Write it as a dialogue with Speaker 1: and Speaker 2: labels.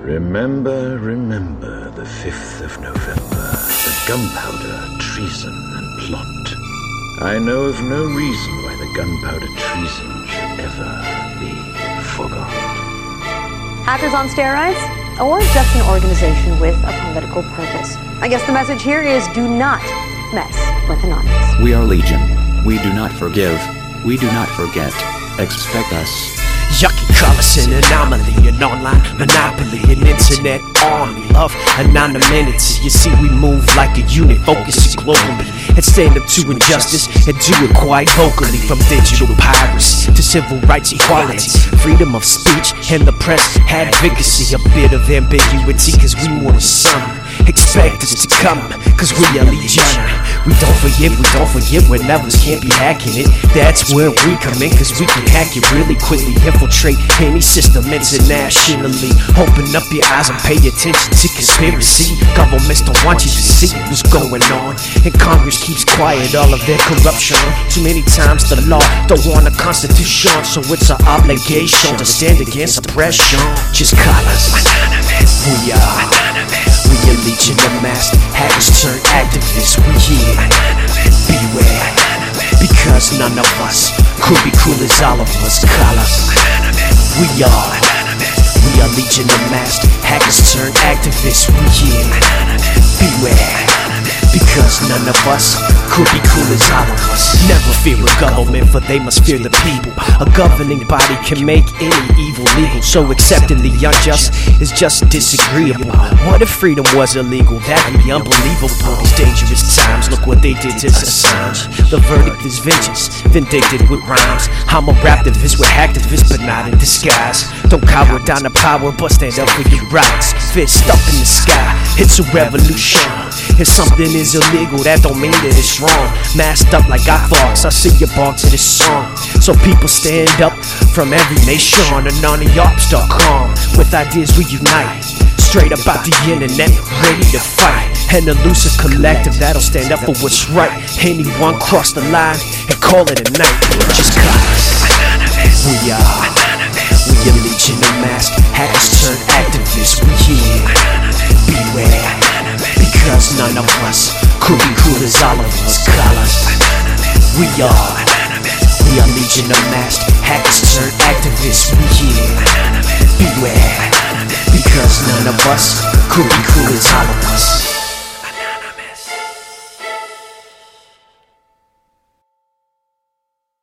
Speaker 1: Remember, remember the 5th of November, the gunpowder, treason, and plot. I know of no reason why the gunpowder treason should ever be forgot.
Speaker 2: Hackers on steroids, or just an organization with a political purpose. I guess the message here is do not mess with Anonymous.
Speaker 3: We are Legion. We do not forgive. We do not forget. Expect us.
Speaker 4: Yucky colors, an anomaly, an online monopoly, an internet army of anonymity. You see, we move like a unit, focusing globally, and stand up to injustice, and do it quite vocally. From digital piracy to civil rights equality, freedom of speech, and the press advocacy. A bit of ambiguity, cause we want some. Expect us to come, cause we are legion. We don't forgive, we don't forgive when levels can't be hacking it. That's where we come in, cause we can hack it really quickly. Infiltrate any system internationally. Open up your eyes and pay attention to conspiracy. Governments don't want you to see what's going on. And Congress keeps quiet all of their corruption. Too many times the law don't want a constitution, so it's our obligation to stand against oppression. Just call us anonymous. We are anonymous. We are legion of masked hackers turn activists. We here. Anonymous. Beware. Anonymous. Because none of us could be cool as all of us. Call us anonymous. We are anonymous. We are legion of masked hackers turn activists. We here. Anonymous. Beware. Because none of us could be cool as all of us. Never fear a government, for they must fear the people. A governing body can make any evil legal. So accepting the unjust is just disagreeable. What if freedom was illegal? That'd be unbelievable. These dangerous times, look what they did to Assange. The verdict is vengeance, vindicted with rhymes. I'm a raptivist with hacktivist, but not in disguise. Don't cower down the power, but stand up for your rights. Fist up in the sky, it's a revolution. If something is illegal, that don't mean that it's wrong. Masked up like I Fox, I see your bar to this song. So people stand up from every nation. AnoniOps.com with ideas we unite. Straight up out the internet, ready to fight. An elusive collective that'll stand up for what's right. Anyone cross the line and call it a night. Just call us. We are. We are Legion of Masked Hackers turn activists. We here. Beware. Because none of us could be cool as all of us. Call us. We are. We are Legion of Masked Hackers turn activists. We here. Beware. Because none of us could be cool as all of us.